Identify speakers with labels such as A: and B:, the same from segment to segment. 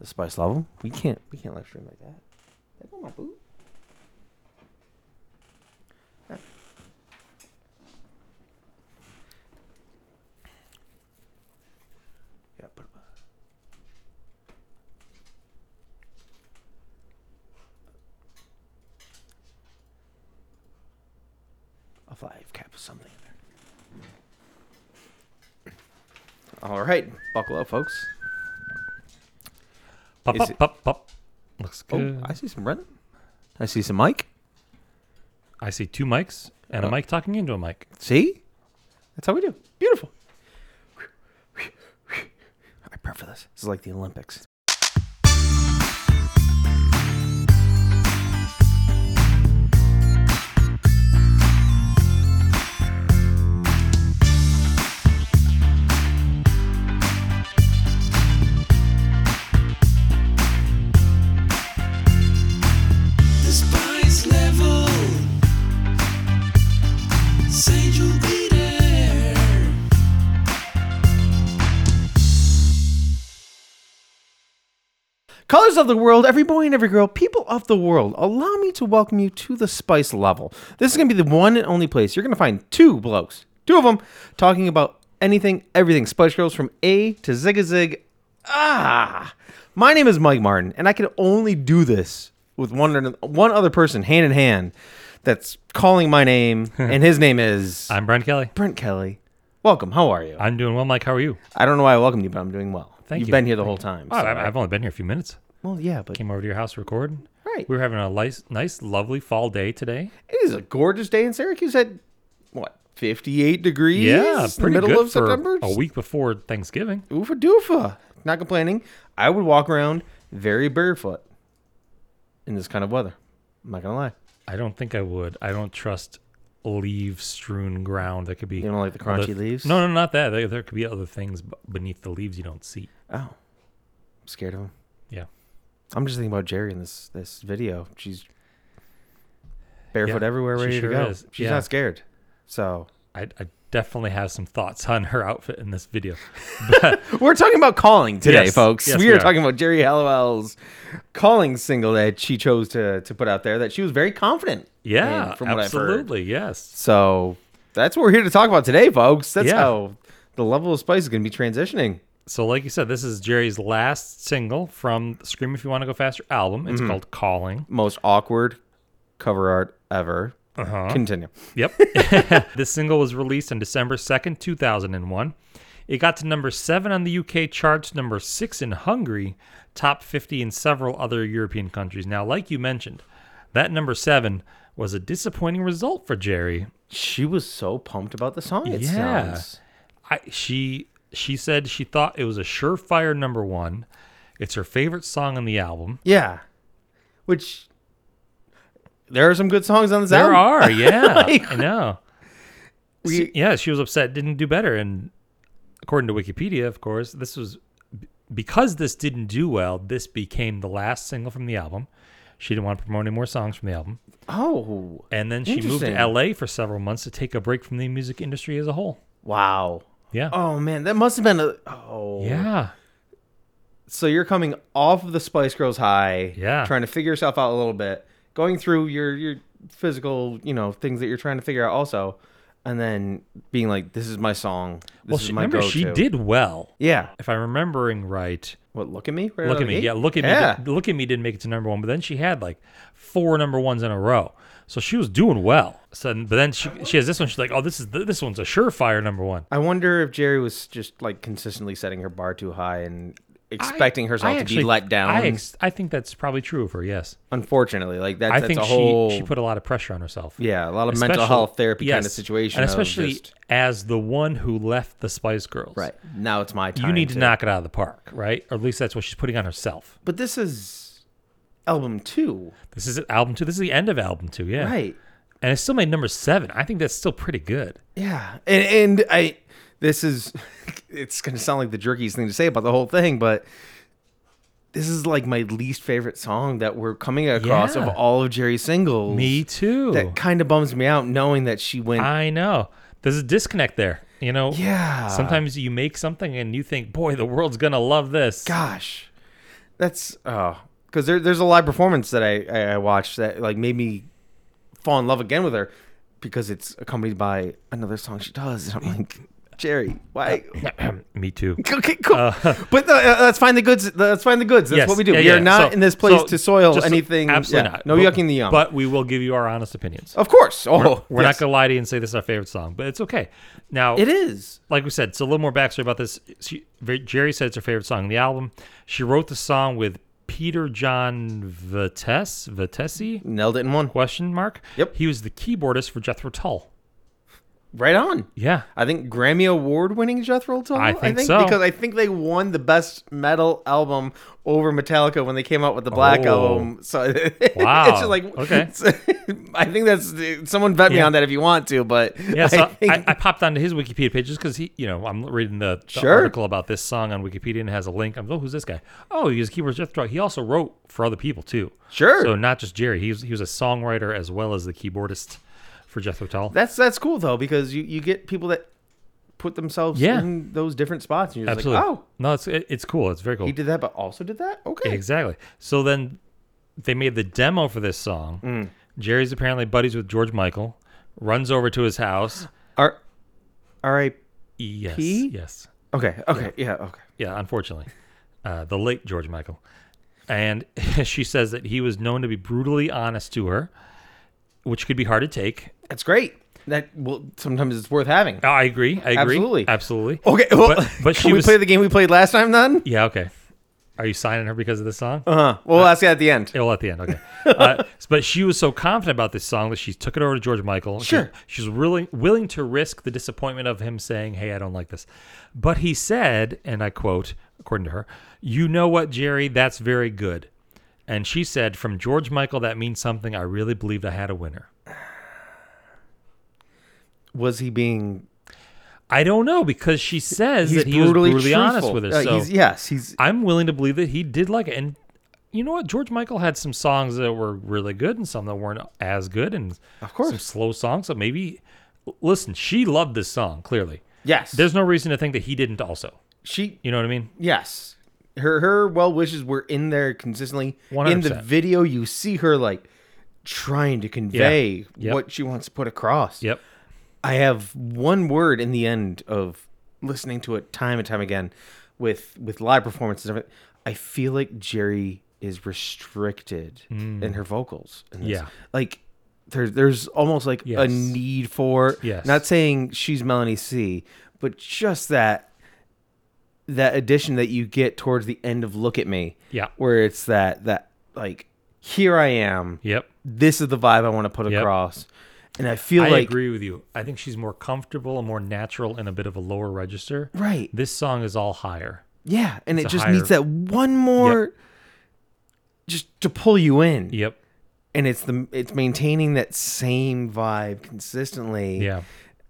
A: The Spice Level. We can't. We can't live stream like that. That's on my boot. Yeah, put 'em on. a five cap or something in there. All right, buckle up, folks.
B: Pop,
A: Is
B: pop,
A: it-
B: pop, pop. Looks
A: Oh,
B: good.
A: I see some Brennan. I see some Mike.
B: I see two mics and a
A: Uh,
B: mic talking into a mic.
A: See? That's how we do. Beautiful. I prep for this. This is like the Olympics.
C: The spice level. Say you'll be there.
A: Colors of the world, every boy and every girl, people of the world, allow me to welcome you to the spice level. This is going to be the one and only place you're going to find two blokes, two of them, talking about anything, everything, Spice Girls from A to Zigazig. Ah! My name is Mike Martin, and I can only do this with one, one other person hand in hand that's calling my name, and his name is.
B: I'm Brian Kelly.
A: Brent Kelly, welcome. How are you? I,
B: I'm doing well, Mike. How are you?
A: don't know why I welcomed you, but I'm doing well.
B: Thank
A: You've
B: you.
A: been here the
B: Thank
A: whole
B: you.
A: time.
B: Oh,
A: so-
B: I- I've only been here a few minutes.
A: well, yeah, but
B: Came over to your house to record.
A: Right.
B: We were having a nice, nice, lovely fall day today.
A: it is a gorgeous day in Syracuse at what 58 degrees?
B: Yeah,
A: in the
B: pretty
A: middle
B: good
A: of
B: for
A: September.
B: a week before Thanksgiving.
A: Oofa doofa. Not complaining. I would walk around very barefoot in this kind of weather. I'm not gonna lie.
B: I don't think I would. I don't trust leaf-strewn ground. That could be.
A: You don't like the
B: other-
A: crunchy leaves?
B: No, no, not that. There, there could be other things b- beneath the leaves you don't see.
A: Oh, I'm scared of him.
B: Yeah.
A: I'm just thinking about Jerry in this this video. She's barefoot
B: Yeah,
A: everywhere,
B: she
A: ready
B: sure
A: to go.
B: is.
A: She's
B: Yeah.
A: not scared. So
B: I, I definitely have some thoughts on her outfit in this video.
A: We're talking about calling today,
B: Yes.
A: folks.
B: Yes,
A: we,
B: we
A: are
B: are.
A: talking about Jerry Halliwell's calling single that she chose to to put out there that she was very confident.
B: Yeah,
A: in, from what I've heard.
B: absolutely. Yes.
A: So that's what we're here to talk about today, folks. That's
B: Yeah.
A: how the level of spice is going to be transitioning.
B: So, like you said, this is Jerry's last single from Scream If You Want to Go Faster album.
A: Mm-hmm.
B: It's called Calling.
A: Most awkward cover art ever. Uh-huh. Continue.
B: Yep. this single was released on December 2nd, 2001. It got to number seven on the UK charts, number six in Hungary, top 50 in several other European countries. Now, like you mentioned, that number seven was a disappointing result for Jerry.
A: She was so pumped about the song. It
B: Yeah.
A: sounds.
B: I she she said she thought it was a surefire number one. It's her favorite song on the album.
A: Yeah. Which there are some good songs on this
B: There
A: album.
B: are, yeah, I know.
A: We-
B: S- yeah, she was upset, didn't do better, and according to Wikipedia, of course, this was b- because this didn't do well. This became the last single from the album. She didn't want to promote any more songs from the album,
A: Oh.
B: and then she moved to
A: Interesting.
B: LA for several months to take a break from the music industry as a whole.
A: Wow.
B: Yeah,
A: Oh man, that must have been a oh
B: yeah,
A: so you're coming off of the Spice Girls high,
B: Yeah.
A: trying to figure yourself out a little bit, going through your your physical, you know, things that you're trying to figure out also, and then being like, "This is my song. This
B: Well,
A: is
B: she,
A: my
B: remember she
A: go-to."
B: did well,
A: Yeah.
B: if I'm remembering right.
A: What? Look at me. Right out
B: Look
A: of
B: at
A: the
B: me.
A: gate?
B: Yeah, look at
A: Yeah.
B: me. did- Look at me didn't make it to number one, but then she had like four number ones in a row. So she was doing well. So, but then she, she has this one. She's like, oh, this is this one's a surefire number one.
A: I wonder if Jerry was just like consistently setting her bar too high and expecting
B: I-
A: herself to
B: I
A: be
B: actually-
A: let down.
B: I, ex- I think that's probably true of her. Yes,
A: Unfortunately, like that,
B: I
A: that's
B: think
A: a whole
B: she she put a lot of pressure on herself.
A: yeah, a lot of mental
B: Especially-
A: health therapy kind of
B: yes,
A: situation,
B: and
A: of
B: especially
A: just,
B: as the one who left the Spice Girls.
A: right now it's my time.
B: You need to knock it out of the park, right? Or at least that's what she's putting on herself.
A: But this is album two,
B: This is album two. This is the end of album two. Yeah,
A: right?
B: And it still made number seven. I think that's still pretty good.
A: Yeah, and, and I this is it's gonna sound like the jerkiest thing to say about the whole thing, but this is like my least favorite song that we're coming across
B: Yeah.
A: of all of Jerry's singles.
B: Me too.
A: That kind of bums me out knowing that she went.
B: I know. There's a disconnect there. You know.
A: yeah.
B: Sometimes you make something and you think, boy, the world's gonna love this.
A: gosh, That's oh, because there, there's a live performance that I, I I watched that like made me fall in love again with her because it's accompanied by another song she does, and I'm like, Jerry, why?
B: Uh, Me too.
A: Okay, cool. but uh, uh, let's find the goods. Let's find the goods. That's
B: Yes,
A: what we do.
B: yeah,
A: we are
B: yeah.
A: not
B: So-
A: in this place
B: so
A: to soil
B: just-
A: anything.
B: Absolutely
A: yeah,
B: not.
A: No
B: But-
A: yucking the yum.
B: But we will give you our honest opinions.
A: of course. Oh,
B: We're
A: yes.
B: not going to lie to you and say this is our favorite song, but it's okay. Now,
A: It is.
B: like we said, so a little more backstory about this. She, Ver- Jerry said it's her favorite song on the album. She wrote the song with Peter John Vitesse, Vitesse?
A: Nailed it in one.
B: Question mark.
A: Yep.
B: He was the keyboardist for Jethro Tull.
A: Right on.
B: Yeah.
A: I think Grammy Award winning Jethro Tull.
B: I think so.
A: because I think they won the best metal album over Metallica when they came out with the Black
B: Oh.
A: album. So it's
B: Wow.
A: just like
B: Okay.
A: I think that's someone bet me
B: Yeah.
A: on that if you want to, but
B: Yeah, so
A: I
B: I,
A: think
B: I, popped onto his Wikipedia page just because he, you know, I'm reading the, the
A: Sure.
B: article about this song on Wikipedia and it has a link. I'm like, oh, who's this guy? Oh, he was a keyboardist Jethro. Tull. He also wrote for other people too.
A: Sure.
B: So not just Jerry. He was he was a songwriter as well as the keyboardist for Jethro Tull.
A: that's that's cool though because you you get people that put themselves
B: Yeah.
A: in those different spots and you're just
B: Absolutely.
A: like, "Oh,
B: no, it's it, it's cool. It's very cool.
A: he did that but also did that?" Okay.
B: Exactly. So then they made the demo for this song.
A: Mm.
B: Jerry's apparently buddies with George Michael. Runs over to his house.
A: R- R.I.P.
B: Yes.
A: He?
B: Yes.
A: Okay. Okay. Yeah, okay.
B: Yeah, unfortunately. Uh, the late George Michael. And she says that he was known to be brutally honest to her, which could be hard to take. Uh,
A: That's great. That well sometimes it's worth having.
B: I agree. I agree.
A: Absolutely.
B: Absolutely.
A: Okay, well,
B: But- but
A: can
B: she
A: we
B: was-
A: play the game we played last time then?
B: Yeah, okay. Are you signing her because of this song?
A: Uh-huh. We'll ask you at the end.
B: Well, at the end, okay. Uh, but she was so confident about this song that she took it over to George Michael. She-
A: Sure.
B: She's, really willing to risk the disappointment of him saying, "Hey, I don't like this," but he said, and I quote, according to her, "You know what, Jerry? That's very good." And she said, "From George Michael, that means something. I really believed I had a winner."
A: Was he being
B: I don't know because she says
A: he's
B: that he
A: brutally,
B: was brutally honest
A: truthful.
B: with her.
A: Uh,
B: so
A: he's, yes, he's
B: I'm willing to believe that he did like it. And you know what? George Michael had some songs that were really good and some that weren't as good and
A: Of course.
B: some slow songs. So maybe listen, she loved this song, clearly.
A: yes.
B: There's no reason to think that he didn't also.
A: she
B: You know what I mean?
A: yes. Her her well wishes were in there consistently. In the
B: 100%.
A: video you see her like trying to convey
B: Yep.
A: what she wants to put across.
B: Yep.
A: I have one word in the end of listening to it time and time again with with live performances of it. I feel like Jerry is restricted in her vocals. in this.
B: Mm. Yeah.
A: Like there, there's almost like a
B: Yes.
A: need for
B: Yes.
A: not saying she's Melanie C, but just that that addition that you get towards the end of Look at Me.
B: Yeah.
A: Where it's that that like here I am.
B: Yep.
A: This is the vibe I want to put
B: Yep.
A: across. And I feel
B: I
A: like
B: agree with you. I think she's more comfortable and more natural in a bit of a lower register.
A: Right.
B: This song is all higher.
A: Yeah, and it
B: a
A: just
B: higher-
A: needs that one more just to pull you in.
B: Yep.
A: And it's the it's maintaining that same vibe consistently.
B: Yeah.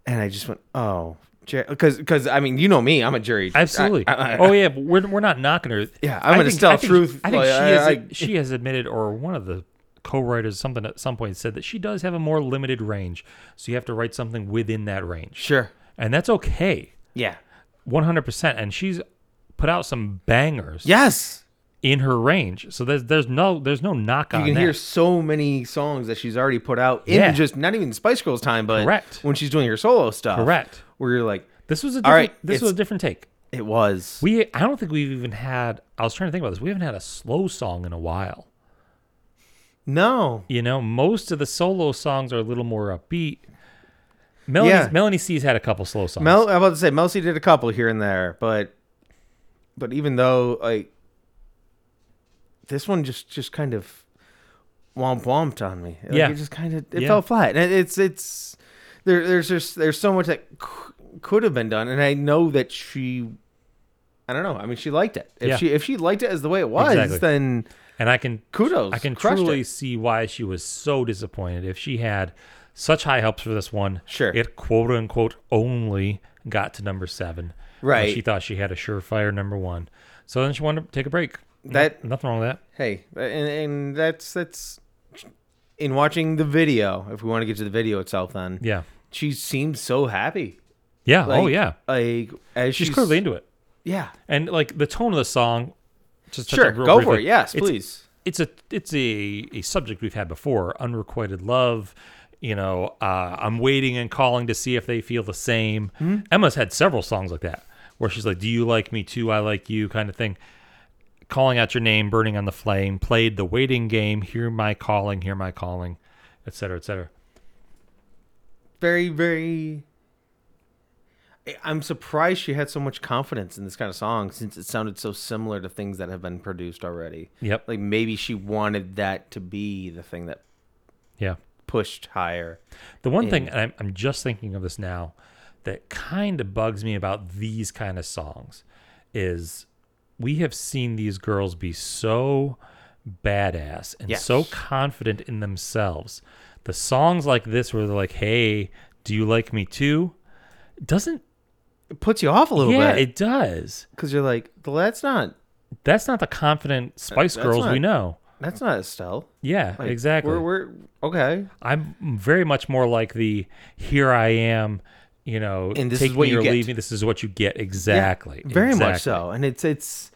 A: And I just went, "Oh, cuz cuz I mean, you know me, I'm a jury.
B: Absolutely. oh yeah, but we're, we're not knocking her.
A: Yeah, I'm
B: I
A: gonna
B: think-
A: tell
B: I think-
A: truth.
B: I think
A: Like,
B: she,
A: I-
B: has,
A: I-
B: she has admitted, or one of the co-writers, something at some point said that she does have a more limited range, so you have to write something within that range,
A: Sure.
B: and that's okay,
A: Yeah.
B: one hundred percent. And she's put out some bangers
A: Yes.
B: in her range, so there's there's no there's no knock
A: You
B: on
A: can
B: that.
A: hear so many songs that she's already put out in
B: Yeah.
A: just not even Spice Girls time, but
B: Correct.
A: when she's doing her solo stuff.
B: Correct.
A: Where you're like,
B: This was a
A: All
B: different,
A: right,
B: this was
A: it's-
B: a different take.
A: it was.
B: We I don't think we've even had. I was trying to think about this. We haven't had a slow song in a while.
A: no.
B: You know, most of the solo songs are a little more upbeat. Melanie,
A: Yeah.
B: Melanie C's had a couple slow songs.
A: Mel, I'm about to say Mel C did a couple here and there, but but even though like this one just just kind of womp womped on me. Like,
B: Yeah.
A: it just kind of it
B: Yeah.
A: fell flat. And it's it's there. There's just there's so much that c- could have been done, and I know that she. I don't know. I mean, she liked it. If
B: Yeah.
A: she if she liked it as the way it was,
B: Exactly.
A: then
B: and I can
A: kudos.
B: I can
A: Crushed
B: truly
A: it.
B: see why she was so disappointed. If she had such high hopes for this one,
A: Sure.
B: it quote unquote only got to number seven. when
A: Right.
B: she thought she had a surefire number one, so then she wanted to take a break.
A: That-
B: No- nothing wrong with that.
A: Hey, and, and that's that's in watching the video. If we want to get to the video itself, then
B: Yeah,
A: she seems so happy.
B: yeah. oh
A: Like-
B: yeah,
A: Like as
B: she's,
A: she's,
B: clearly into it.
A: yeah,
B: And like the tone of the song, Just touch
A: Sure,
B: on real
A: go for
B: briefly.
A: it. Yes,
B: It's-
A: please.
B: it's a it's a, a subject we've had before unrequited love you know uh, i'm waiting and calling to see if they feel the same emma's had several songs like that where she's like do you like me too i like you kind of thing calling out your name burning on the flame played the waiting game hear my calling hear my calling etc etc
A: Very, very. I- I'm surprised she had so much confidence in this kind of song since it sounded so similar to things that have been produced already.
B: yep
A: Like maybe she wanted that to be the thing that
B: yeah
A: pushed higher.
B: The one thing, and I'm, I'm just thinking of this now, that kind of bugs me about these kind of songs is we have seen these girls be so badass and
A: Yes.
B: so confident in themselves. The songs like this, where they're like, hey, do you like me too? Doesn't,
A: It puts you off a little
B: yeah,
A: bit
B: it does.
A: because you're like, well, that's not
B: That's not the confident Spice
A: that's
B: Girls we
A: not-
B: know.
A: that's not Estelle.
B: Yeah,
A: Like,
B: exactly.
A: We're, we're okay,
B: I'm very much more like the here I am, you know,
A: And this
B: take
A: is what
B: me
A: you
B: or
A: get.
B: leave me. This is what you get exactly.
A: Yeah, very much
B: exactly.
A: so. And it's it's.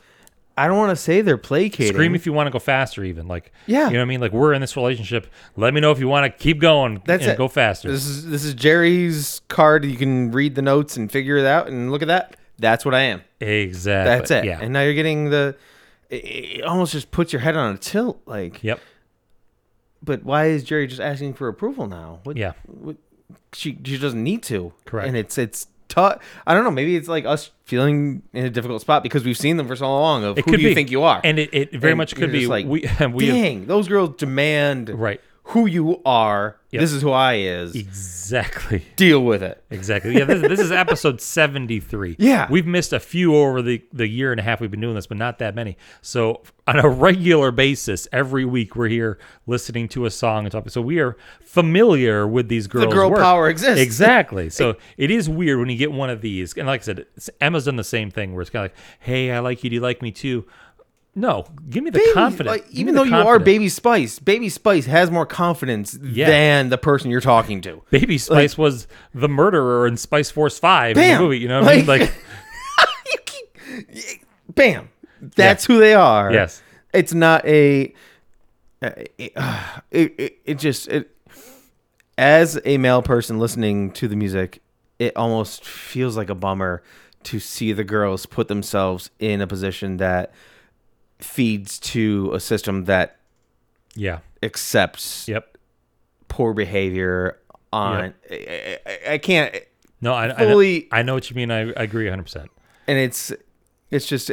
A: I don't want to say they're placating.
B: Scream if you want to go faster, even like
A: Yeah.
B: you know what I mean. Like we're in this relationship. Let me know if you want to keep going.
A: That's
B: and
A: it.
B: Go faster.
A: This is this is Jerry's card. You can read the notes and figure it out and look at that. That's what I am.
B: exactly.
A: That's it.
B: Yeah.
A: And now you're getting the. It, it almost just puts your head on a tilt. Like,
B: yep.
A: but why is Jerry just asking for approval now? What,
B: Yeah.
A: What, she she doesn't need to.
B: Correct.
A: And it's it's tough. I don't know. Maybe it's like us feeling in a difficult spot because we've seen them for so long. Of
B: It
A: who
B: could
A: do you
B: be.
A: think you are?
B: And it, it very
A: And
B: much
A: you're
B: could be.
A: just Like,
B: we we have-
A: dang, those girls demand
B: right. E
A: who you are. This is who I is.
B: Exactly.
A: Deal with it.
B: Exactly. Yeah, this, this is episode 73.
A: Yeah.
B: We've missed a few over the, the year and a half we've been doing this, but not that many. So, on a regular basis, every week we're here listening to a song and talking. So, we are familiar with these girls.
A: girl
B: work.
A: power exists.
B: Exactly. So, it is weird when you get one of these. And, like I said, it's- Emma's done the same thing where it's kind of like, hey, I like you. Do you like me too? No, give me the
A: baby,
B: confidence.
A: like,
B: Give me
A: even
B: the
A: though you are
B: confidence.
A: Baby Spice, Baby Spice has more confidence
B: Yeah.
A: than the person you're talking to.
B: Baby Spice was the murderer in Spice Force 5 in
A: Bam.
B: the movie. You know what I mean?
A: Like-
B: Like,
A: You keep- bam, that's who they are.
B: Yes.
A: it's not a. It, uh, it, it, it just it as a male person listening to the music, it almost feels like a bummer to see the girls put themselves in a position that feeds to a system that
B: yeah.
A: accepts
B: Yep.
A: poor behavior on I, I, I can't
B: No, I,
A: fully-
B: I, know, I know what you mean. I, I agree 100. percent
A: and it's it's just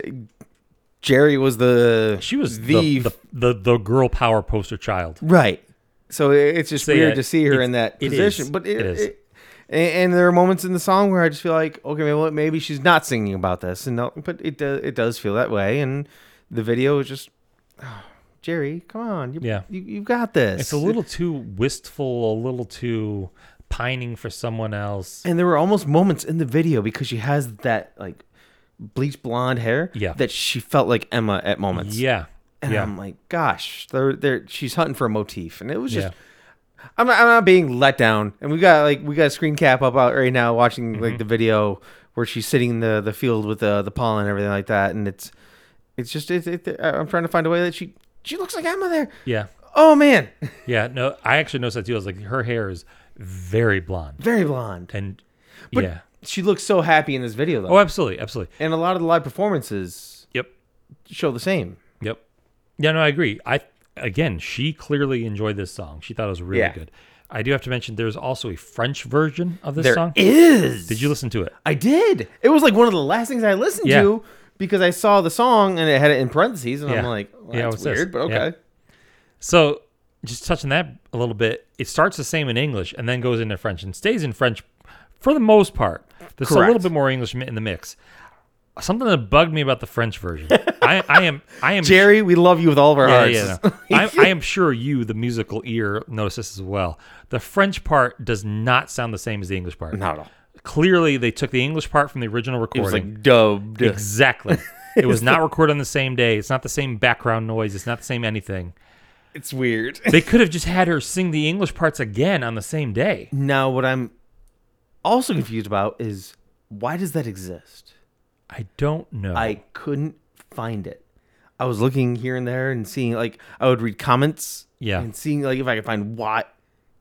A: Jerry was the
B: She was the the, the the girl power poster child.
A: right so it- it's just
B: Say
A: weird
B: it.
A: to see her in that
B: It- it
A: position
B: is.
A: but it,
B: It is.
A: it- and, and there are moments in the song where I just feel like okay well, maybe she's not singing about this and no, but it does it does feel that way and the video is just oh, Jerry come on you,
B: Yeah.
A: you, you've got this
B: It's a little too wistful, a little too pining for someone else.
A: And there were almost moments in the video because she has that like bleach blonde hair
B: Yeah.
A: that she felt like Emma at moments.
B: Yeah,
A: And
B: yeah,
A: I'm like, gosh, they're, they're, she's hunting for a motif. And it was just,
B: yeah.
A: I'm, not, I'm not being let down. And we got like, we got a screen cap up out right now watching
B: Mm-hmm.
A: like the video where she's sitting in the, the field with the, the pollen and everything like that. And it's, it's just, it, it, I'm trying to find a way that she, she looks like Emma there.
B: yeah,
A: Oh man,
B: yeah. No, I actually noticed that too. I was like, her hair is very blonde,
A: very blonde.
B: and
A: But
B: yeah.
A: she looks so happy in this video though.
B: Oh, absolutely, absolutely.
A: and a lot of the live performances
B: Yep,
A: show the same.
B: yep. Yeah, no, I agree. I again, she clearly enjoyed this song. She thought it was really
A: Yeah.
B: good. I do have to mention there's also a French version of this
A: There is.
B: song. Did you listen to it?
A: I did. It was like one of the last things I listened
B: Yeah.
A: to because I saw the song and it had it in parentheses, and I'm
B: Yeah.
A: like, well,
B: Yeah,
A: that's
B: what's this?
A: weird, but
B: Yeah.
A: okay.
B: So, just touching that a little bit, it starts the same in English and then goes into French and stays in French for the most part. There's a little
A: Correct.
B: bit more English mi- in the mix. Something that bugged me about the French version. I, I am I am
A: Jerry, we love you with all of our
B: yeah,
A: hearts.
B: yeah, no. I, I am sure you, the musical ear, noticed this as well. The French part does not sound the same as the English part.
A: Not at all.
B: Clearly, they took the English part from the original
A: It was
B: recording.
A: like dubbed.
B: exactly. it was not recorded on the same day. It's not the same background noise. It's not the same anything.
A: It's weird.
B: They could have just had her sing the English parts again on the same day.
A: now, what I'm also confused about is why does that exist?
B: I don't know.
A: I couldn't find it. I was looking here and there and seeing like I would read comments,
B: Yeah.
A: and seeing like if I could find what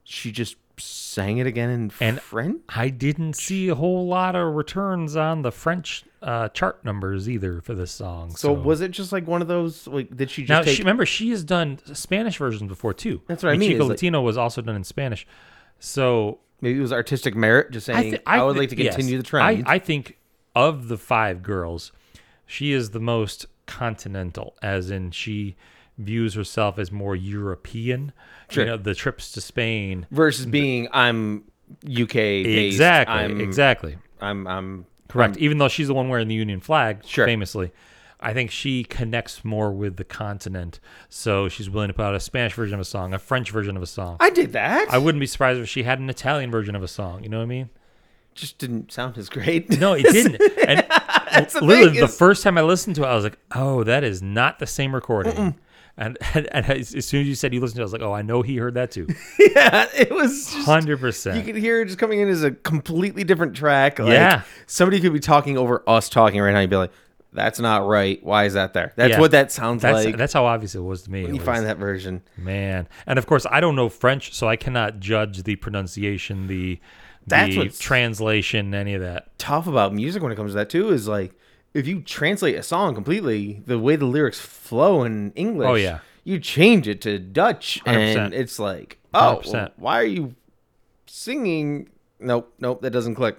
A: she just sang it again in
B: And-
A: French.
B: I didn't see a whole lot of returns on the French uh, chart numbers either for this song.
A: So, was it just like one of those? Like, did she just
B: now
A: take?
B: she, remember she has done Spanish versions before too.
A: That's what I mean,
B: Chico
A: is like-
B: Latino was also done in Spanish. So
A: maybe it was artistic merit, just saying I,
B: thi-
A: would
B: thi-
A: like to
B: yes.
A: continue the trend.
B: I, I think of the five girls, she is the most continental, as in she views herself as more European.
A: Sure.
B: You know, the trips to Spain.
A: versus being I'm UK based.
B: exactly.
A: I'm,
B: exactly.
A: I'm I'm
B: Correct. Even though she's the one wearing the Union flag,
A: Sure.
B: famously, I think she connects more with the continent. So she's willing to put out a Spanish version of a song, a French version of a song.
A: I did that.
B: I wouldn't be surprised if she had an Italian version of a song. You know what I mean?
A: just didn't sound as great.
B: No, it didn't. And
A: the
B: literally,
A: thing
B: the
A: is-
B: first time I listened to it, I was like, "Oh, that is not the same recording." And, and and as as soon as you said you listened to, it, I was like, "Oh, I know he heard that too."
A: yeah, it was just
B: Hundred
A: you
B: percent.
A: could hear it just coming in as a completely different track. Like,
B: Yeah.
A: somebody could be talking over us talking right now. You'd be like, "That's not right. Why is that there?" That's
B: Yeah.
A: what that sounds
B: That's
A: like.
B: that's how obvious it was to me.
A: you find that version.
B: man, and of course, I don't know French, so I cannot judge the pronunciation, the
A: That's
B: the
A: what's-
B: translation, any of that.
A: Tough about music when it comes to that too is like if you translate a song completely, the way the lyrics flow in English.
B: Oh, yeah.
A: you change it to Dutch,
B: 100%.
A: and it's like, oh,
B: 100%.
A: why are you singing? Nope, nope, that doesn't click.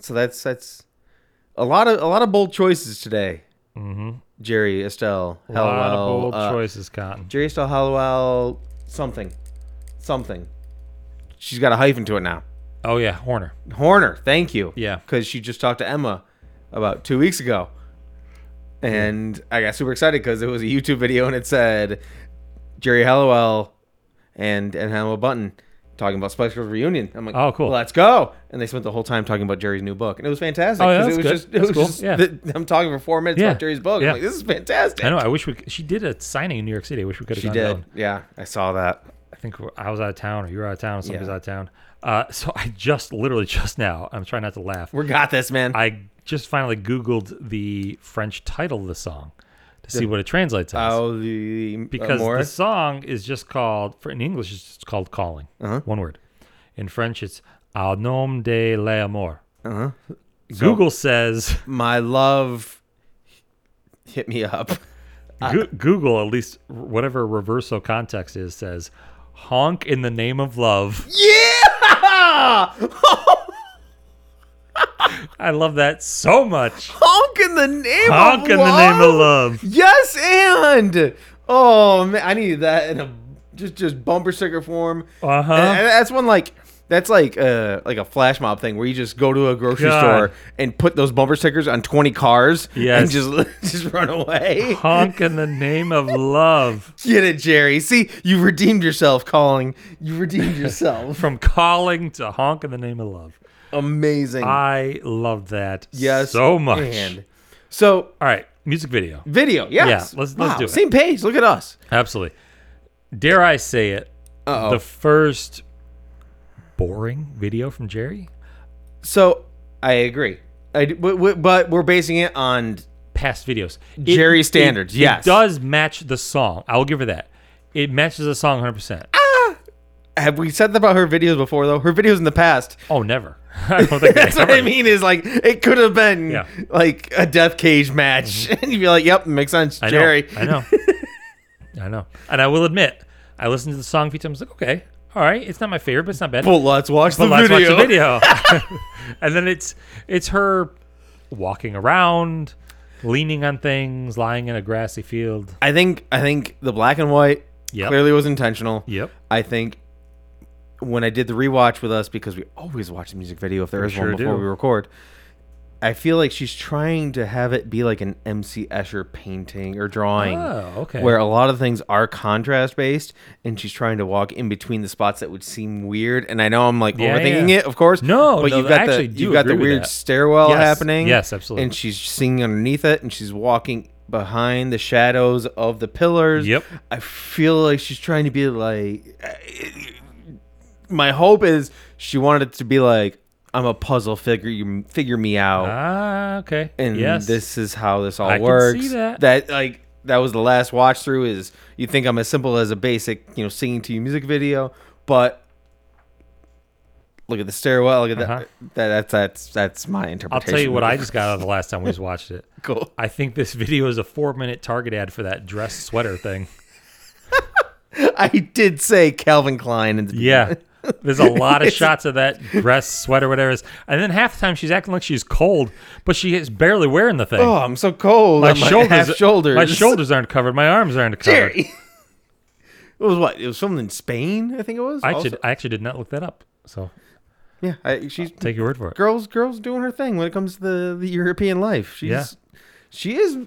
A: So that's that's a lot of a lot of bold choices today. Mm-hmm. Jerry Estelle,
B: A lot of
A: Hellwell,
B: bold
A: uh,
B: choices, Cotton.
A: Jerry Estelle Hallowell something. Something. She's got a hyphen to it now.
B: Oh yeah, Horner.
A: Horner, thank you.
B: Yeah.
A: Because she just talked to Emma about two weeks ago. And I got super excited because it was a YouTube video and it said Jerry Hallowell and and Hannibal Button talking about Spice Girls reunion. I'm like,
B: Oh, cool.
A: Let's go. And they spent the whole time talking about Jerry's new book, and it was fantastic.
B: Oh, yeah,
A: 'cause it
B: that's
A: was
B: good.
A: just, it
B: That's
A: was
B: cool.
A: just
B: Yeah.
A: the- I'm talking for four minutes
B: Yeah.
A: about Jerry's book.
B: Yeah.
A: I'm like, this is fantastic.
B: I know. I wish we. Could, she did a signing in New York City. I wish we could have.
A: She
B: gone
A: did.
B: down.
A: Yeah, I saw that.
B: I think I was out of town, or you were out of town, or somebody's
A: Yeah.
B: out of town. Uh, so I just literally just now, I'm trying not to laugh.
A: We got this, man.
B: I just finally Googled the French title of the song to see what it translates as.
A: Oh, the
B: because
A: more
B: the song is just called, for, in English, it's just called Calling.
A: Uh-huh.
B: One word. In French, it's Au nom de l'amour.
A: Uh-huh.
B: Google says,
A: my love hit me up.
B: Goo- Google, at least whatever reverso context is, says, honk in the name of love.
A: Yeah,
B: I love that so much.
A: honk in the name
B: Honk
A: of
B: in the
A: love.
B: name of love.
A: Yes, and oh man, I need that in a just just bumper sticker form.
B: Uh-huh.
A: And- and that's one like. That's like uh like a flash mob thing where you just go to a grocery
B: God.
A: store and put those bumper stickers on twenty cars
B: Yes.
A: and just just run away.
B: Honk in the name of love.
A: Get it, Jerry. See, you redeemed yourself calling. You redeemed yourself.
B: From calling to honk in the name of love.
A: Amazing.
B: I love that
A: yes.
B: so much.
A: and- so,
B: All right, music video.
A: video. Yes.
B: Yeah, let's- let's
A: Wow,
B: do it.
A: Same page. Look at us.
B: Absolutely. Dare I say it,
A: Uh-oh.
B: the first boring video from Jerry?
A: So, I agree. I, d- but, but- but we're basing it on
B: Past videos. It-
A: Jerry
B: it-
A: standards, yes.
B: It does match the song. I will give her that. It matches the song 100%.
A: have we said that about her videos before though? Her videos in the past.
B: Oh, never. I don't think
A: That's
B: they
A: what I
B: ever.
A: mean is like it could have been
B: Yeah. Mm-hmm.
A: like a death cage match and you'd be like, "Yep, makes sense,
B: I know,
A: Jerry."
B: I know. I know. And I will admit, I listened to the song a few times. Like, okay, all right, it's not my favorite, but it's not bad.
A: But let's watch
B: but
A: the
B: let's
A: video.
B: watch the video. and then it's it's her walking around, leaning on things, lying in a grassy field.
A: I think I think the black and white
B: Yep.
A: clearly was intentional.
B: Yep.
A: I think when I did the rewatch with us, because we always watch the music video if there is
B: sure
A: one before
B: do.
A: we record, I feel like she's trying to have it be like an MC Escher painting or drawing.
B: Oh, okay.
A: Where a lot of things are contrast based, and she's trying to walk in between the spots that would seem weird. And I know I'm like
B: Yeah,
A: overthinking
B: yeah.
A: it, of course.
B: No,
A: but
B: no,
A: you've
B: I
A: got the
B: actually do
A: you've got the
B: agree with
A: weird
B: that.
A: stairwell
B: Yes,
A: happening.
B: yes, absolutely.
A: And she's singing underneath it, and she's walking behind the shadows of the pillars.
B: Yep.
A: I feel like she's trying to be like. My hope is she wanted it to be like I'm a puzzle figure. You figure me out,
B: Ah, okay.
A: and
B: yes.
A: this is how this all
B: I can see
A: works.
B: that.
A: like that was the last watch through is you think I'm as simple as a basic, you know, singing to you music video, but look at the stairwell, look at
B: Uh-huh.
A: that, that that's that's that's my
B: I'll
A: interpretation.
B: tell you what
A: of
B: I
A: it.
B: just got out of the last time we just watched it.
A: cool.
B: I think this video is a four minute Target ad for that dress sweater thing.
A: I did say Calvin Klein in the
B: Yeah. There's a lot of shots of that dress, sweater, whatever it is. And then half the time she's acting like she's cold, but she is barely wearing the thing.
A: Oh, I'm so cold.
B: my
A: on
B: shoulders,
A: half shoulders.
B: My shoulders aren't covered. My arms aren't covered.
A: Jerry. It was what? It was filmed in Spain, I think it was.
B: I
A: Also-
B: actually, I actually did not look that up. So
A: yeah, I, she's
B: take your word for it.
A: girls girls doing her thing when it comes to the, the European life. She's she is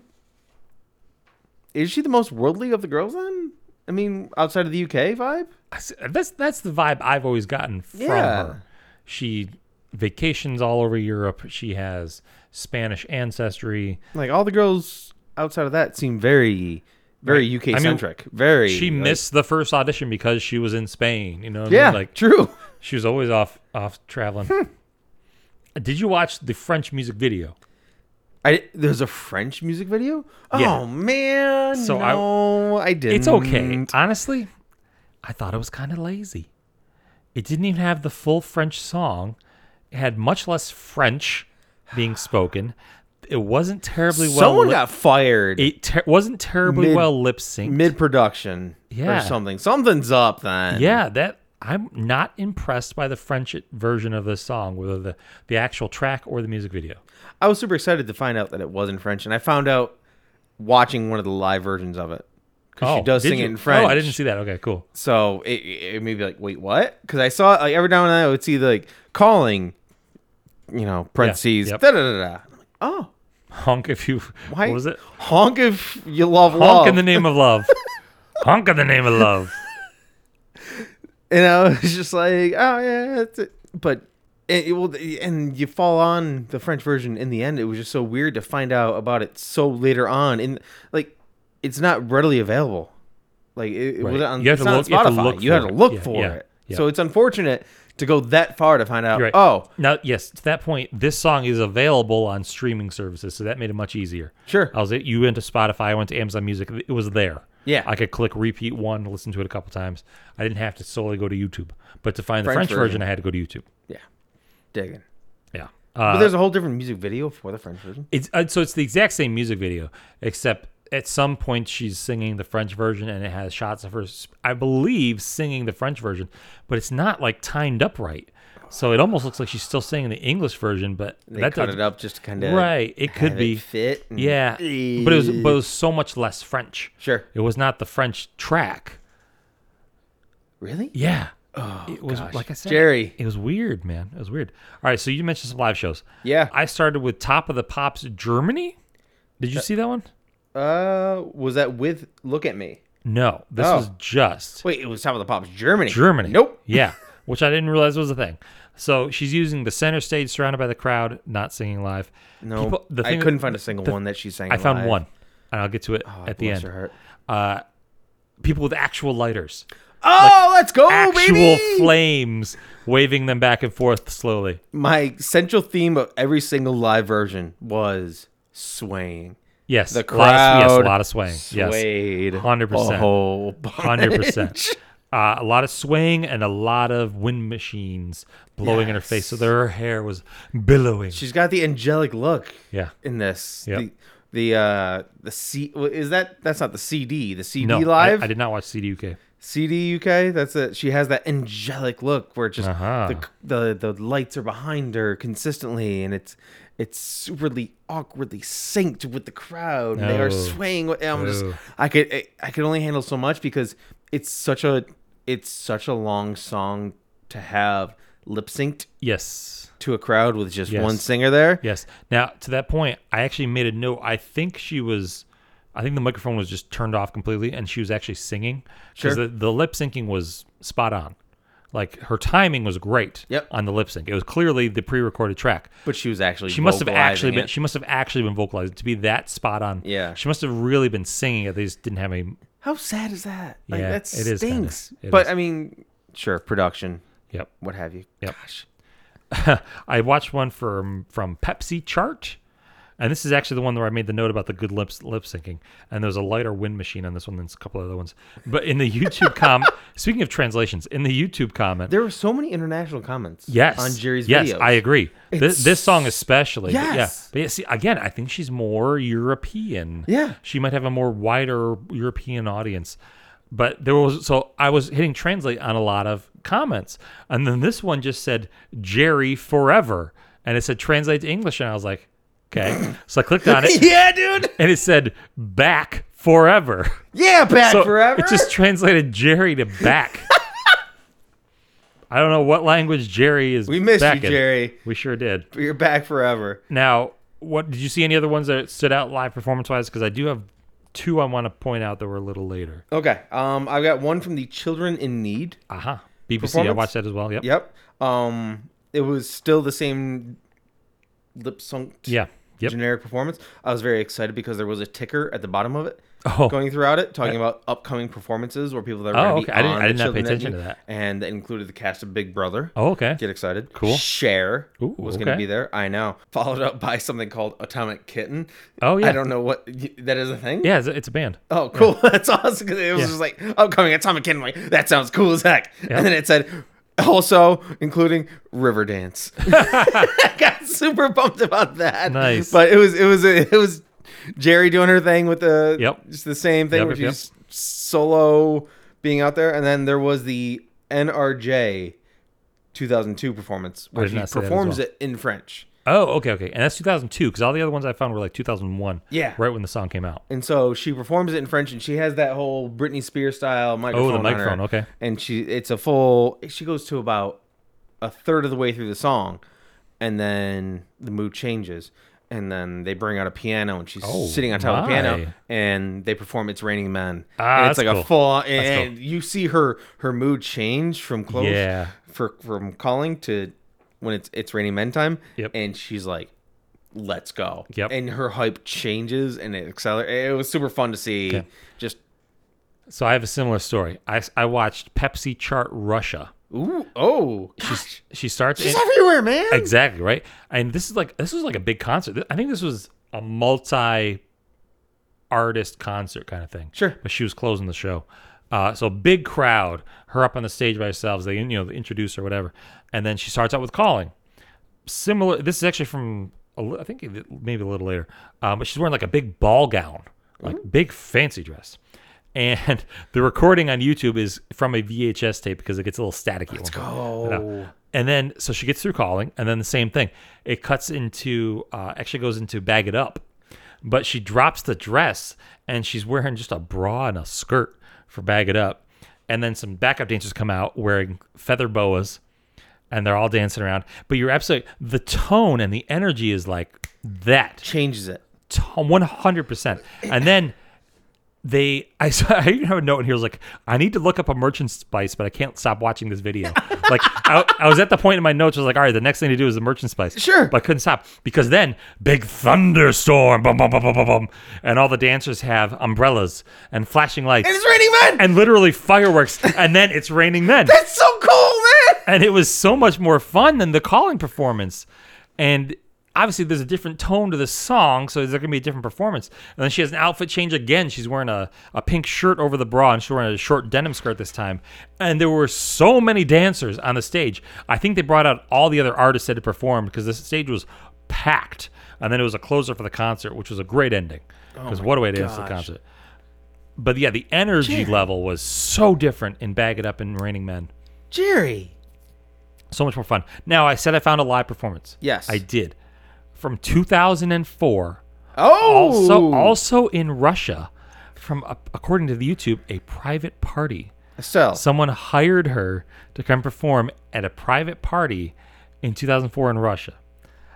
A: Is she the most worldly of the girls then? I mean, outside of the UK vibe?
B: I s- That's that's the vibe I've always gotten from
A: Yeah.
B: her. She vacations all over Europe. She has Spanish ancestry.
A: Like all the girls outside of that seem very very UK centric. very
B: She
A: like-
B: missed the first audition because she was in Spain. You know, what I
A: Yeah, Hmm.
B: mean? like
A: true.
B: she was always off off traveling. Did you watch the French music video?
A: I there's a French music video?
B: Yeah.
A: Oh man.
B: So I-
A: no, I, didn't.
B: It's okay. Honestly, I thought it was kind of lazy. It didn't even have the full French song. It had much less French being spoken. It wasn't terribly well.
A: Someone
B: lip-
A: got fired
B: It ter- wasn't terribly
A: Mid-
B: well lip synced.
A: mid production
B: Yeah.
A: or something. Something's up then.
B: yeah, that I'm not impressed by the French version of this song, whether the the actual track or the music video.
A: I was super excited to find out that it wasn't French, and I found out watching one of the live versions of it because she does
B: did
A: sing
B: you-
A: it in French.
B: Oh, I didn't see that. Okay, cool.
A: So it, it it made me like, wait, what? Because I saw like every now and then I would see like calling, you know, parentheses,
B: yep.
A: da da da da. I'm like, Oh,
B: Honk if you.
A: why
B: What was it?
A: Honk if you love
B: Honk
A: love.
B: in the name of love. Honk in the name of love.
A: and I was just like, oh yeah, that's it. but and it will, and you fall on the French version in the end. It was just so weird to find out about it so later on, and like it's not readily available. Like it, it
B: Right.
A: was on,
B: You have
A: it's
B: to
A: not
B: look- you have to
A: on Spotify. You,
B: look
A: had
B: for
A: to
B: it.
A: look
B: Yeah,
A: for
B: yeah,
A: it.
B: yeah.
A: So it's unfortunate to go that far to find out.
B: You're right.
A: Oh,
B: now yes, to that point, this song is available on streaming services, so that made it much easier.
A: Sure.
B: I was you went to Spotify, I went to Amazon Music, it was there.
A: Yeah.
B: I could click repeat one, listen to it a couple times. I didn't have to solely go to YouTube, but to find the
A: French
B: French, version,
A: version.
B: I had to go to YouTube.
A: yeah, digging.
B: Yeah.
A: But
B: Uh,
A: there's a whole different music video for the French version.
B: it's uh, so it's the exact same music video, except at some point she's singing the French version, and it has shots of her, sp- I believe, singing the French version, but it's not like timed up right. So it almost looks like she's still singing the English version, but
A: They
B: that
A: cut
B: does-
A: it up just to kind of
B: Right, it could be.
A: fit. and-
B: Yeah, but it was but it was so much less French.
A: Mm-hmm. Sure.
B: it was not the French track.
A: really
B: Yeah, it was like I said,
A: Oh, Jerry.
B: It was weird, man. It was weird. All right, so you mentioned some live shows.
A: Yeah.
B: I started with Top of the Pops Germany. Did you see that one?
A: Uh, was that with Look at Me?
B: No, this
A: Oh.
B: was just
A: Wait, it was Top of the Pops, Germany.
B: Germany.
A: Nope.
B: Yeah, which I didn't realize was a thing. So she's using the center stage, surrounded by the crowd, not singing live.
A: No.
B: People- the
A: I
B: thing-
A: couldn't find a single
B: the-
A: one that she sang.
B: I found
A: live.
B: one, and I'll get to it
A: Oh,
B: at the
A: bless
B: end.
A: her heart.
B: Uh, people with actual lighters.
A: Oh, let's go,
B: actual
A: baby!
B: flames waving them back and forth slowly.
A: My central theme of every single live version was swaying.
B: Yes,
A: The
B: lot of, yes,
A: crowd
B: a lot of swaying.
A: Swayed.
B: Yes, hundred
A: A
B: percent,
A: whole bunch.
B: hundred percent. Uh, A lot of swaying and a lot of wind machines blowing in her face, so that her hair was billowing.
A: She's got the angelic look
B: yeah,
A: in this.
B: Yep.
A: The the uh the C well, is that that's not the CD the CD
B: no, I-
A: live
B: I, did not watch CDUK.
A: CD UK. That's it. She has that angelic look where it just
B: Uh-huh.
A: the, the the lights are behind her consistently, and it's it's superly awkwardly synced with the crowd. And They
B: Oh.
A: are swaying. and I'm just
B: Oh.
A: I could I, I could only handle so much because it's such a it's such a long song to have lip synced
B: Yes,
A: to a crowd with just
B: Yes.
A: one singer there.
B: yes. Now to that point, I actually made a note. I think she was. I think the microphone was just turned off completely, and she was actually singing
A: Sure.
B: because the, the lip syncing was spot on. Like her timing was great
A: Yep.
B: on the lip sync. It was clearly the pre-recorded track.
A: But she was actually
B: She must have actually been.
A: vocalizing
B: She must have actually been vocalizing to be that spot on.
A: Yeah.
B: She must have really been singing it. They just didn't have any.
A: How sad is that?
B: Yeah,
A: like, that
B: it is kinda.
A: stinks.
B: It
A: but
B: is.
A: I mean, sure, production,
B: Yep.
A: what have you.
B: Yep.
A: Gosh.
B: I watched one from from Pepsi Chart, And this is actually the one where I made the note about the good lips lip syncing. And there's a lighter wind machine on this one than a couple other ones. But in the YouTube comment, speaking of translations, in the YouTube comment,
A: There were so many international comments.
B: yes,
A: On Jerry's
B: yes,
A: videos.
B: I agree. This,
A: It's-
B: this song especially, but
A: Yes.
B: yeah. But yeah, see, again, I think she's more European.
A: Yeah.
B: she might have a more wider European audience. But there was so I was hitting translate on a lot of comments, and then this one just said Jerry forever, and it said translate to English, and I was like, okay. so I clicked on it,
A: yeah, dude.
B: and it said back forever.
A: Yeah, back
B: So
A: forever.
B: It just translated Jerry to back. I don't know what language Jerry is.
A: We missed you,
B: back in.
A: Jerry.
B: We sure did.
A: You're back forever.
B: Now, what did you see any other ones that stood out live performance wise? Because I do have two I want to point out that were a little later.
A: Okay. Um, I've got one from the Children in Need.
B: Aha. BBC. I
A: Performance?
B: watched that as well. Yep.
A: Yep. Um, it was still the same lip synced
B: Yeah. Yep.
A: generic performance. I was very excited because there was a ticker at the bottom of it
B: Oh.
A: going throughout it, talking about upcoming performances or people that were
B: Oh,
A: going to be
B: okay. I didn't-
A: on
B: I did
A: the
B: not pay
A: Children
B: attention
A: Need,
B: to that.
A: And that included the cast of Big Brother.
B: Oh, okay.
A: Get excited.
B: Cool.
A: Cher
B: Ooh,
A: was going to
B: okay.
A: be there. I know. Followed up by something called Atomic Kitten.
B: Oh, yeah.
A: I don't know what that is a thing.
B: Yeah, it's a, it's a band.
A: Oh, cool. That's awesome. 'cause it was
B: Yeah.
A: just like oh, upcoming Atomic Kitten. Like, that sounds cool as heck.
B: Yeah.
A: And then it said also including Riverdance. I got super pumped about that.
B: Nice.
A: But it was it was it was Jerry doing her thing with the
B: Yep.
A: just the same thing
B: Yep,
A: where
B: yep, yep.
A: she's solo being out there and then there was the NRJ 2002 performance where
B: did
A: she
B: not see that as
A: performs
B: well.
A: it in French.
B: Oh, okay, okay. And that's 2002 because all the other ones I found were like 2001.
A: Yeah.
B: Right when the song came out.
A: And so she performs it in French, and she has that whole Britney Spears style microphone. on her.
B: Oh, microphone, okay.
A: And she, it's a full. She goes to about a third of the way through the song, and then the mood changes, and then they bring out a piano, and she's
B: Oh,
A: sitting on top of the
B: my.
A: piano, and they perform "It's Raining Men."
B: Ah,
A: and it's
B: that's
A: like
B: cool.
A: a full,
B: That's
A: and you see her her mood change from close,
B: Yeah.
A: for from calling to when it's it's raining men time.
B: Yep.
A: And she's like, let's go.
B: Yep.
A: And her hype changes and it accelerates. It was super fun to see.
B: Okay.
A: Just
B: So I have a similar story. I, I watched Pepsi chart Russia.
A: ooh oh. She's,
B: She starts.
A: she's
B: in-
A: everywhere, man.
B: Exactly right. And this is like this was like a big concert. Th- I think this was a multi artist concert kind of thing.
A: Sure.
B: But she was closing the show. Uh, so big crowd, her up on the stage by herself. They you know they introduce her whatever, and then she starts out with calling. Similar. This is actually from a li- I think it- maybe a little later, um, but she's wearing like a big ball gown, like
A: Mm-hmm.
B: big fancy dress. And the recording on YouTube is from a VHS tape because it gets a little staticky. Let's
A: go.
B: and then so she gets through calling, and then the same thing. It cuts into uh, actually goes into bag it up, but she drops the dress and she's wearing just a bra and a skirt for bag it up, and then some backup dancers come out wearing feather boas, and they're all dancing around. But you're absolutely the tone and the energy is like that
A: Changes it.
B: one hundred percent. And then they, I saw, I even have a note in here. I was like, I need to look up a merchant spice, but I can't stop watching this video. like, I, I was at the point in my notes. I was like, all right, the next thing to do is the merchant spice.
A: Sure.
B: but I couldn't stop because then big thunderstorm, bum bum bum bum bum, bum, and all the dancers have umbrellas and flashing lights
A: And it's raining men.
B: and literally fireworks, and then it's raining men
A: That's so cool, man.
B: and it was so much more fun than the calling performance. And obviously, there's a different tone to the song, so there's going to be a different performance. And then she has an outfit change again. She's wearing a, a pink shirt over the bra, and she's wearing a short denim skirt this time. And there were so many dancers on the stage. I think they brought out all the other artists that had performed because the stage was packed. And then it was a closer for the concert, which was a great ending. Because what a way to end the concert. But yeah, the energy level was so different in Bag It Up and Raining Men
A: Jerry.
B: so much more fun. Now I said I found a live performance.
A: Yes.
B: I did. From 2004,
A: Oh.
B: also also in Russia, from a- according to the YouTube, a private party.
A: Estelle.
B: Someone hired her to come perform at a private party in 2004 in Russia.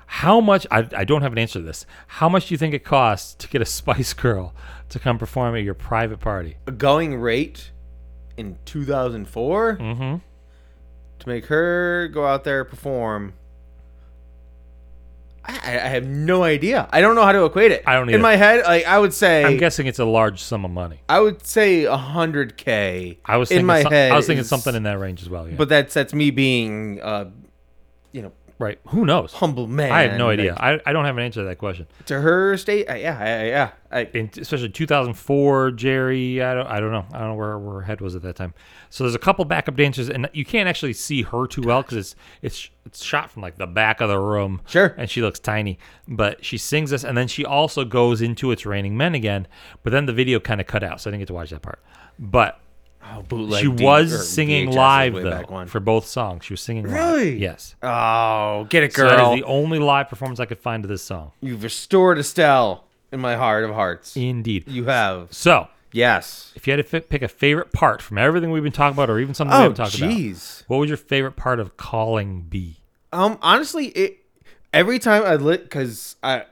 B: How much? I, I don't have an answer to this. How much do you think it costs to get a Spice Girl to come perform at your private party?
A: a going rate in 2004
B: Mhm.
A: to make her go out there perform. I, I I have no idea. I don't know how to equate it.
B: I don't either.
A: In my head, like I would say,
B: I'm guessing it's a large sum of money.
A: I would say 100k.
B: I was thinking
A: in my
B: some-
A: head.
B: I was thinking
A: is-
B: something in that range as well. Yeah.
A: But that's that's me being, uh, you know,
B: Right. Who knows?
A: humble man.
B: I have no
A: like,
B: idea. I, I don't have an answer to that question.
A: to her state, I, yeah, I, yeah, I,
B: in especially 2004 jerry i don't i don't know i don't know where, where her head was at that time so there's a couple backup dancers and you can't actually see her too well because it's it's it's shot from like the back of the room
A: Sure.
B: and she looks tiny but she sings this and then she also goes into it's raining men again but then the video kind of cut out so i didn't get to watch that part but
A: oh, bootleg.
B: she
A: D- or
B: was singing
A: VHS is
B: live
A: way back
B: though
A: when.
B: for both songs she was singing
A: Really?
B: live. yes
A: oh, get it,
B: so that
A: girl.
B: is the only live performance i could find of this song
A: You've restored Estelle in my heart of hearts.
B: indeed
A: You have.
B: so
A: Yes.
B: If you had to fi- pick a favorite part from everything we've been talking about, or even something we
A: Oh,
B: haven't talked
A: jeez.
B: about, what was your favorite part of calling B?
A: Um, honestly, it every time I lit because I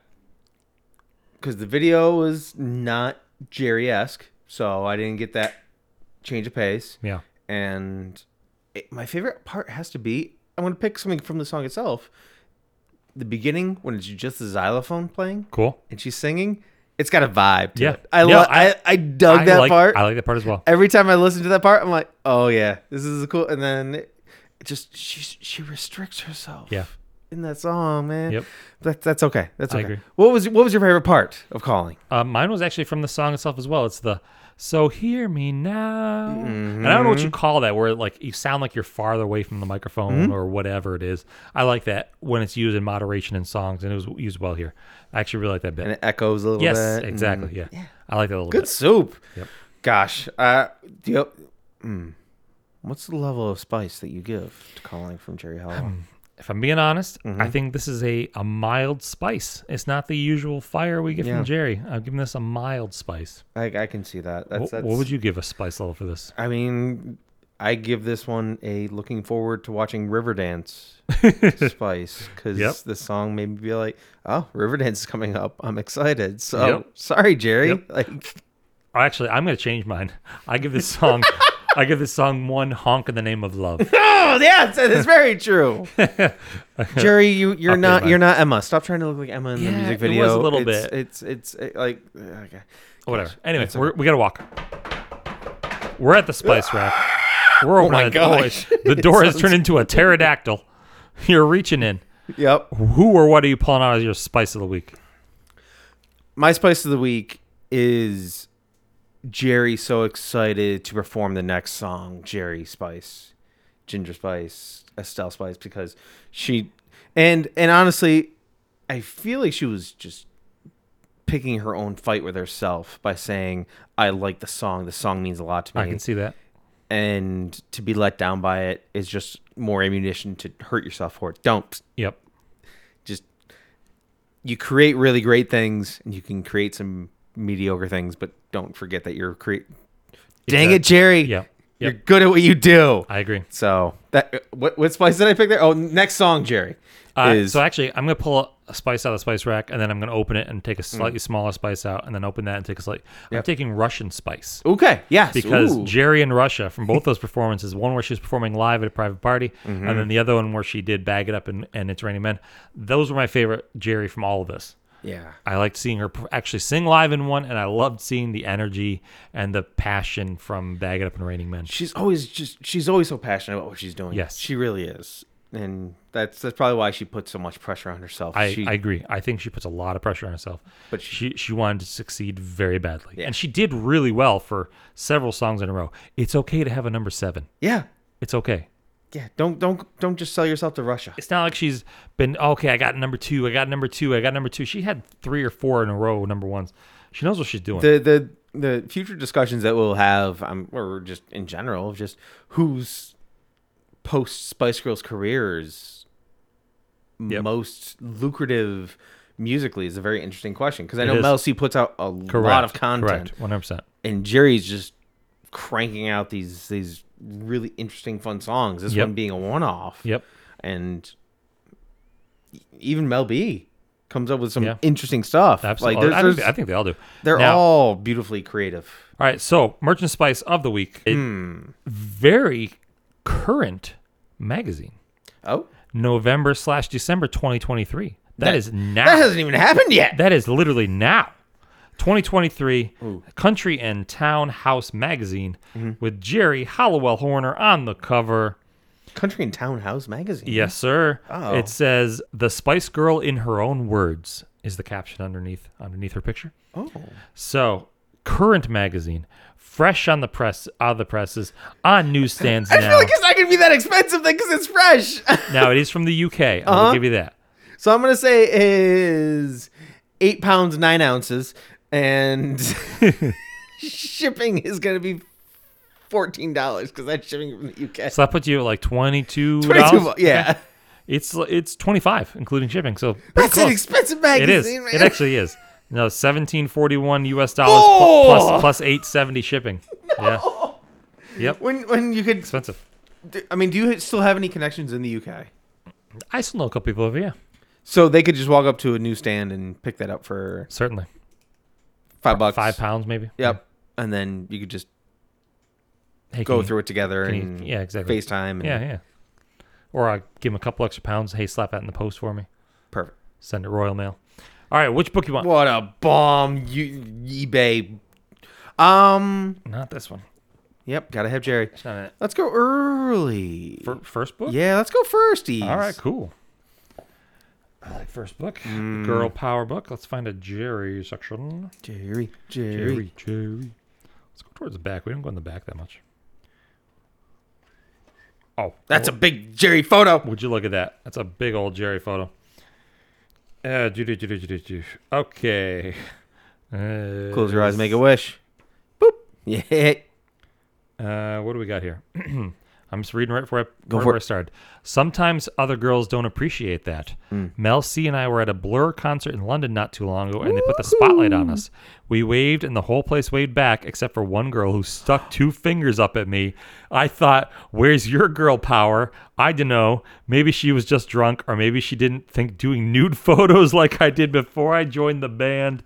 A: because the video was not Jerry esque, so I didn't get that change of pace.
B: Yeah,
A: And it, my favorite part has to be I'm gonna pick something from the song itself. The beginning when it's just the xylophone playing
B: cool.
A: and she's singing, it's got a vibe. To
B: Yeah.
A: it. I,
B: Yeah,
A: lo-
B: I-
A: I I dug
B: I
A: that
B: like,
A: part.
B: I like that part as well.
A: every time I listen to that part, I'm like, oh yeah, this is cool. And then it it just she she restricts herself.
B: Yeah.
A: In that song, man.
B: Yep.
A: That, that's okay. That's
B: I
A: okay.
B: agree.
A: What was what was your favorite part of calling?
B: Uh, mine was actually from the song itself as well. It's the "So Hear Me Now," and I don't know what you
A: Mm-hmm.
B: call that, where like you sound like you're farther away from the microphone or whatever it is. I like that when it's used in moderation in songs, and it was used well here. I actually really like that bit.
A: And it echoes a little
B: yes,
A: bit. and-
B: exactly. Yeah. I like that a
A: Mm-hmm.
B: little
A: Good
B: bit.
A: soup. Gosh. Uh. Do you, mm, what's the level of spice that you give to calling from Jerry Hall?
B: Hmm. if I'm being honest,
A: Mm-hmm.
B: I think this is a, a mild spice. It's not the usual fire we get
A: Yeah.
B: from Jerry. I'm giving this a mild spice.
A: I I can see that.
B: Wh-
A: That's,
B: What,
A: that's
B: would you give a spice level for this?
A: I mean, I give this one a looking forward to watching Riverdance spice because
B: Yep.
A: this song made me be like, oh, Riverdance is coming up. I'm excited. So
B: Yep.
A: sorry, Jerry.
B: Yep.
A: Like,
B: Oh, Actually, I'm going to change mine. I give this song. I give this song one honk in the name of love.
A: oh yeah, it's, it's very true. Jerry, you you're
B: Okay,
A: not
B: fine.
A: you're not Emma. Stop trying to look like Emma in
B: Yeah,
A: the music
B: it was a
A: video.
B: little
A: it's,
B: bit.
A: It's it's it, like uh, okay.
B: Whatever. Anyway, we're, we got to walk. We're at the spice rack. We're opening
A: Oh my
B: the doors.
A: gosh.
B: The door has
A: sounds-
B: turned into a pterodactyl. You're reaching in.
A: Yep.
B: Who or what are you pulling out as your spice of the week?
A: My spice of the week is Jerry so excited to perform the next song, Jerry Spice, Ginger Spice, Estelle Spice, because she and and honestly, I feel like she was just picking her own fight with herself by saying, I like the song. The song means a lot to me.
B: I can see that.
A: And to be let down by it is just more ammunition to hurt yourself for it. Don't
B: Yep.
A: just you create really great things and you can create some mediocre things, but don't forget that you're create. Dang
B: Exactly.
A: it, Jerry!
B: Yep.
A: you're
B: Yep.
A: good at what you do.
B: I agree.
A: so that what what spice did I pick there? Oh, next song, Jerry
B: Uh,
A: is
B: So actually, I'm gonna pull a spice out of the spice rack, and then I'm gonna open it and take a slightly smaller spice out, and then open that and take a slight. I'm
A: Hmm. Yep.
B: taking Russian spice
A: okay. Yes,
B: because
A: Ooh.
B: Jerry in Russia from both those performances, one where she was performing live at a private party,
A: Mm-hmm.
B: and then the other one where she did "Bag It Up" and, and "It's Raining Men." Those were my favorite Jerry from all of this.
A: yeah,
B: I liked seeing her pr- actually sing live in one, and I loved seeing the energy and the passion from "Bag It Up" and "Raining Men."
A: she's always just she's always so passionate about what she's doing.
B: Yes.
A: she really is, and that's that's probably why she puts so much pressure on herself.
B: I,
A: she,
B: I agree. I think she puts a lot of pressure on herself.
A: But
B: she she, wanted to succeed very badly. And she did really well for several songs in a row. It's okay to have a number 7.
A: yeah,
B: It's okay.
A: yeah. Don't don't don't just sell yourself to Russia.
B: It's not like she's been okay, I got number 2, I got number 2, I got number 2. She had 3 or 4 in a row number 1s. She knows what she's doing.
A: the the the future discussions that we'll have, um, or just in general, of just who's post Spice Girls careers most lucrative musically is a very interesting question because I know
B: is.
A: Mel C puts out a lot
B: Correct.
A: of content,
B: Correct. 100%.
A: and Jerry's just cranking out these these really interesting, fun songs. This
B: Yep.
A: one being a one off,
B: Yep.
A: and e- even Mel B comes up with some
B: Yeah.
A: interesting stuff.
B: Absolutely. Oh,
A: Like
B: I,
A: there's,
B: think, I
A: there's,
B: think they all do.
A: they're
B: Now-
A: all beautifully creative.
B: All right, so Merchant Spice of the week. It-
A: Hmm.
B: Very current magazine.
A: Oh,
B: November slash December 2023. that
A: That-
B: is now.
A: that hasn't even happened yet.
B: that is literally now. 2023 Country
A: Mm-hmm.
B: and Town House Magazine with Jerry Hollowell Horner on the cover.
A: Country and Townhouse magazine.
B: Yes, sir.
A: Mm-hmm. Oh.
B: It says "The Spice Girl in her own words" is the caption underneath underneath her picture.
A: Oh.
B: So, current magazine, fresh on the press, out of the presses, on newsstands
A: I feel
B: now.
A: like it's not going to be that expensive then because it's fresh.
B: now it is from the UK. I will
A: Uh-huh.
B: give you that.
A: so I'm going to say is eight pounds, nine ounces. And shipping is going to be $14 because that's shipping from the UK.
B: So that puts you at like twenty two
A: 22
B: dollars.
A: bu- yeah.
B: It's it's twenty five including shipping. So pretty
A: That's an
B: close.
A: expensive
B: It is.
A: magazine, man.
B: It actually is. No, seventeen forty one U.S. dollars
A: Oh!
B: pl- plus plus eight seventy shipping. Yeah. Yep.
A: When, when you could,
B: Expensive.
A: I mean, do you still have any connections in the UK?
B: I still know a couple people over here.
A: So they could just walk up to a newsstand and pick that up for
B: Certainly.
A: five bucks.
B: Five pounds maybe.
A: Yep. And then you could just
B: Yeah. Hey,
A: go
B: can you-
A: through it together
B: can you-
A: and
B: yeah, exactly.
A: FaceTime. And
B: Yeah, yeah. Or I give him a couple extra pounds. Hey, slap that in the post for me.
A: Perfect.
B: Send it Royal Mail. All right, which book you want?
A: What a bomb, you, eBay. Um.
B: Not this one.
A: Yep. Gotta have Jerry.
B: It's not it.
A: Let's go early.
B: Fir- first book?
A: yeah. Let's go firsties.
B: All right, cool. I like first book.
A: Hmm.
B: Girl power book. Let's find a Jerry section.
A: Jerry. Jerry.
B: Jerry, Jerry. Let's go towards the back. We don't go in the back that much. Oh,
A: That's a big Jerry photo.
B: Would you look at that? That's a big old Jerry photo. Uh, do, do, do, do, do, do, do. Okay. Uh,
A: Close your eyes. Make a wish. Boop. Yeah.
B: Uh, what do we got here? I'm just reading right before I,
A: Go
B: right
A: for
B: where I
A: it.
B: started. Sometimes other girls don't appreciate that.
A: Hmm.
B: Mel C and I were at a Blur concert in London not too long ago, and they put the spotlight on us. We waved, and the whole place waved back, except for one girl who stuck two fingers up at me. I thought, "Where's your girl power?" I don't know. Maybe she was just drunk, or maybe she didn't think doing nude photos like I did before I joined the band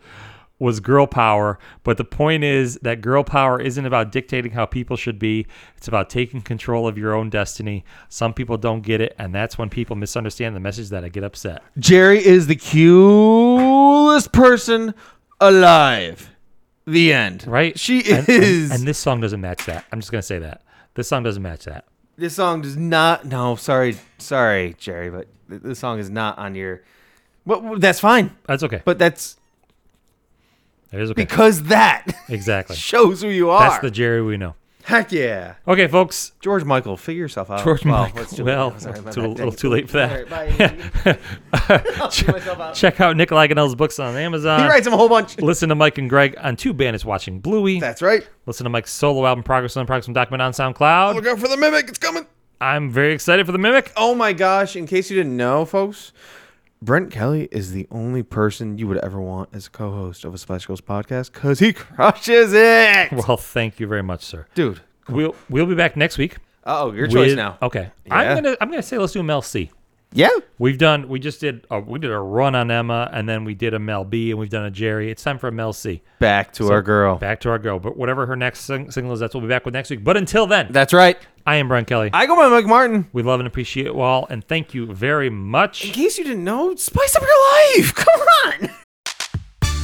B: was girl power. But the point is that girl power isn't about dictating how people should be, it's about taking control of your own destiny. Some people don't get it, and that's when people misunderstand the message that I get upset.
A: Jerry is the coolest person alive. The end.
B: Right?
A: She
B: And- and-
A: is.
B: and this song doesn't match that. I'm just going to say that. This song doesn't match that.
A: this song does not. No, sorry, sorry, Jerry, but th- this song is not on your. Well, that's fine,
B: That's okay.
A: but that's
B: it is okay.
A: because that
B: exactly.
A: shows who you are.
B: That's the Jerry we know.
A: Heck yeah,
B: Okay, folks.
A: George Michael, figure yourself out.
B: George
A: well,
B: Michael.
A: let's do it.
B: well,
A: I'm sorry, my
B: too,
A: bad.
B: a
A: Thank
B: little
A: you.
B: too late for that.
A: All right, bye.
B: Check-
A: myself out.
B: Check out Nick Agonell's books on Amazon.
A: he writes him a whole bunch.
B: Listen to Mike and Greg on Two Bandits Watching Bluey.
A: That's right.
B: Listen to Mike's solo album Progress on Progress Document on SoundCloud.
A: Look out for the mimic. It's coming.
B: I'm very excited for the Mimic.
A: Oh my gosh! In case you didn't know, folks, Brent Kelly is the only person you would ever want as a co-host of a Spice Girls podcast because he crushes it,
B: Well, thank you very much, sir.
A: dude.
B: We'll we'll be back next week.
A: Oh, your choice
B: with-
A: now.
B: Okay. I'm
A: Yeah.
B: gonna I'm gonna say let's do a Mel C.
A: Yeah.
B: We've done we just did a, we did a run on Emma and then we did a Mel B and we've done a Jerry. It's time for a Mel C.
A: Back to our girl.
B: Back to our girl. But whatever her next sing- single is, that's what we'll be back with next week. But until then,
A: That's right.
B: I am Brian Kelly.
A: I go by Mike Martin.
B: we love and appreciate you all, and thank you very
A: In
B: much.
A: case you didn't know, spice up your life. Come on.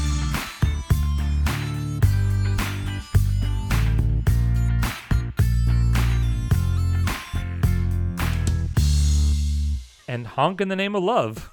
B: And honk in the name of love.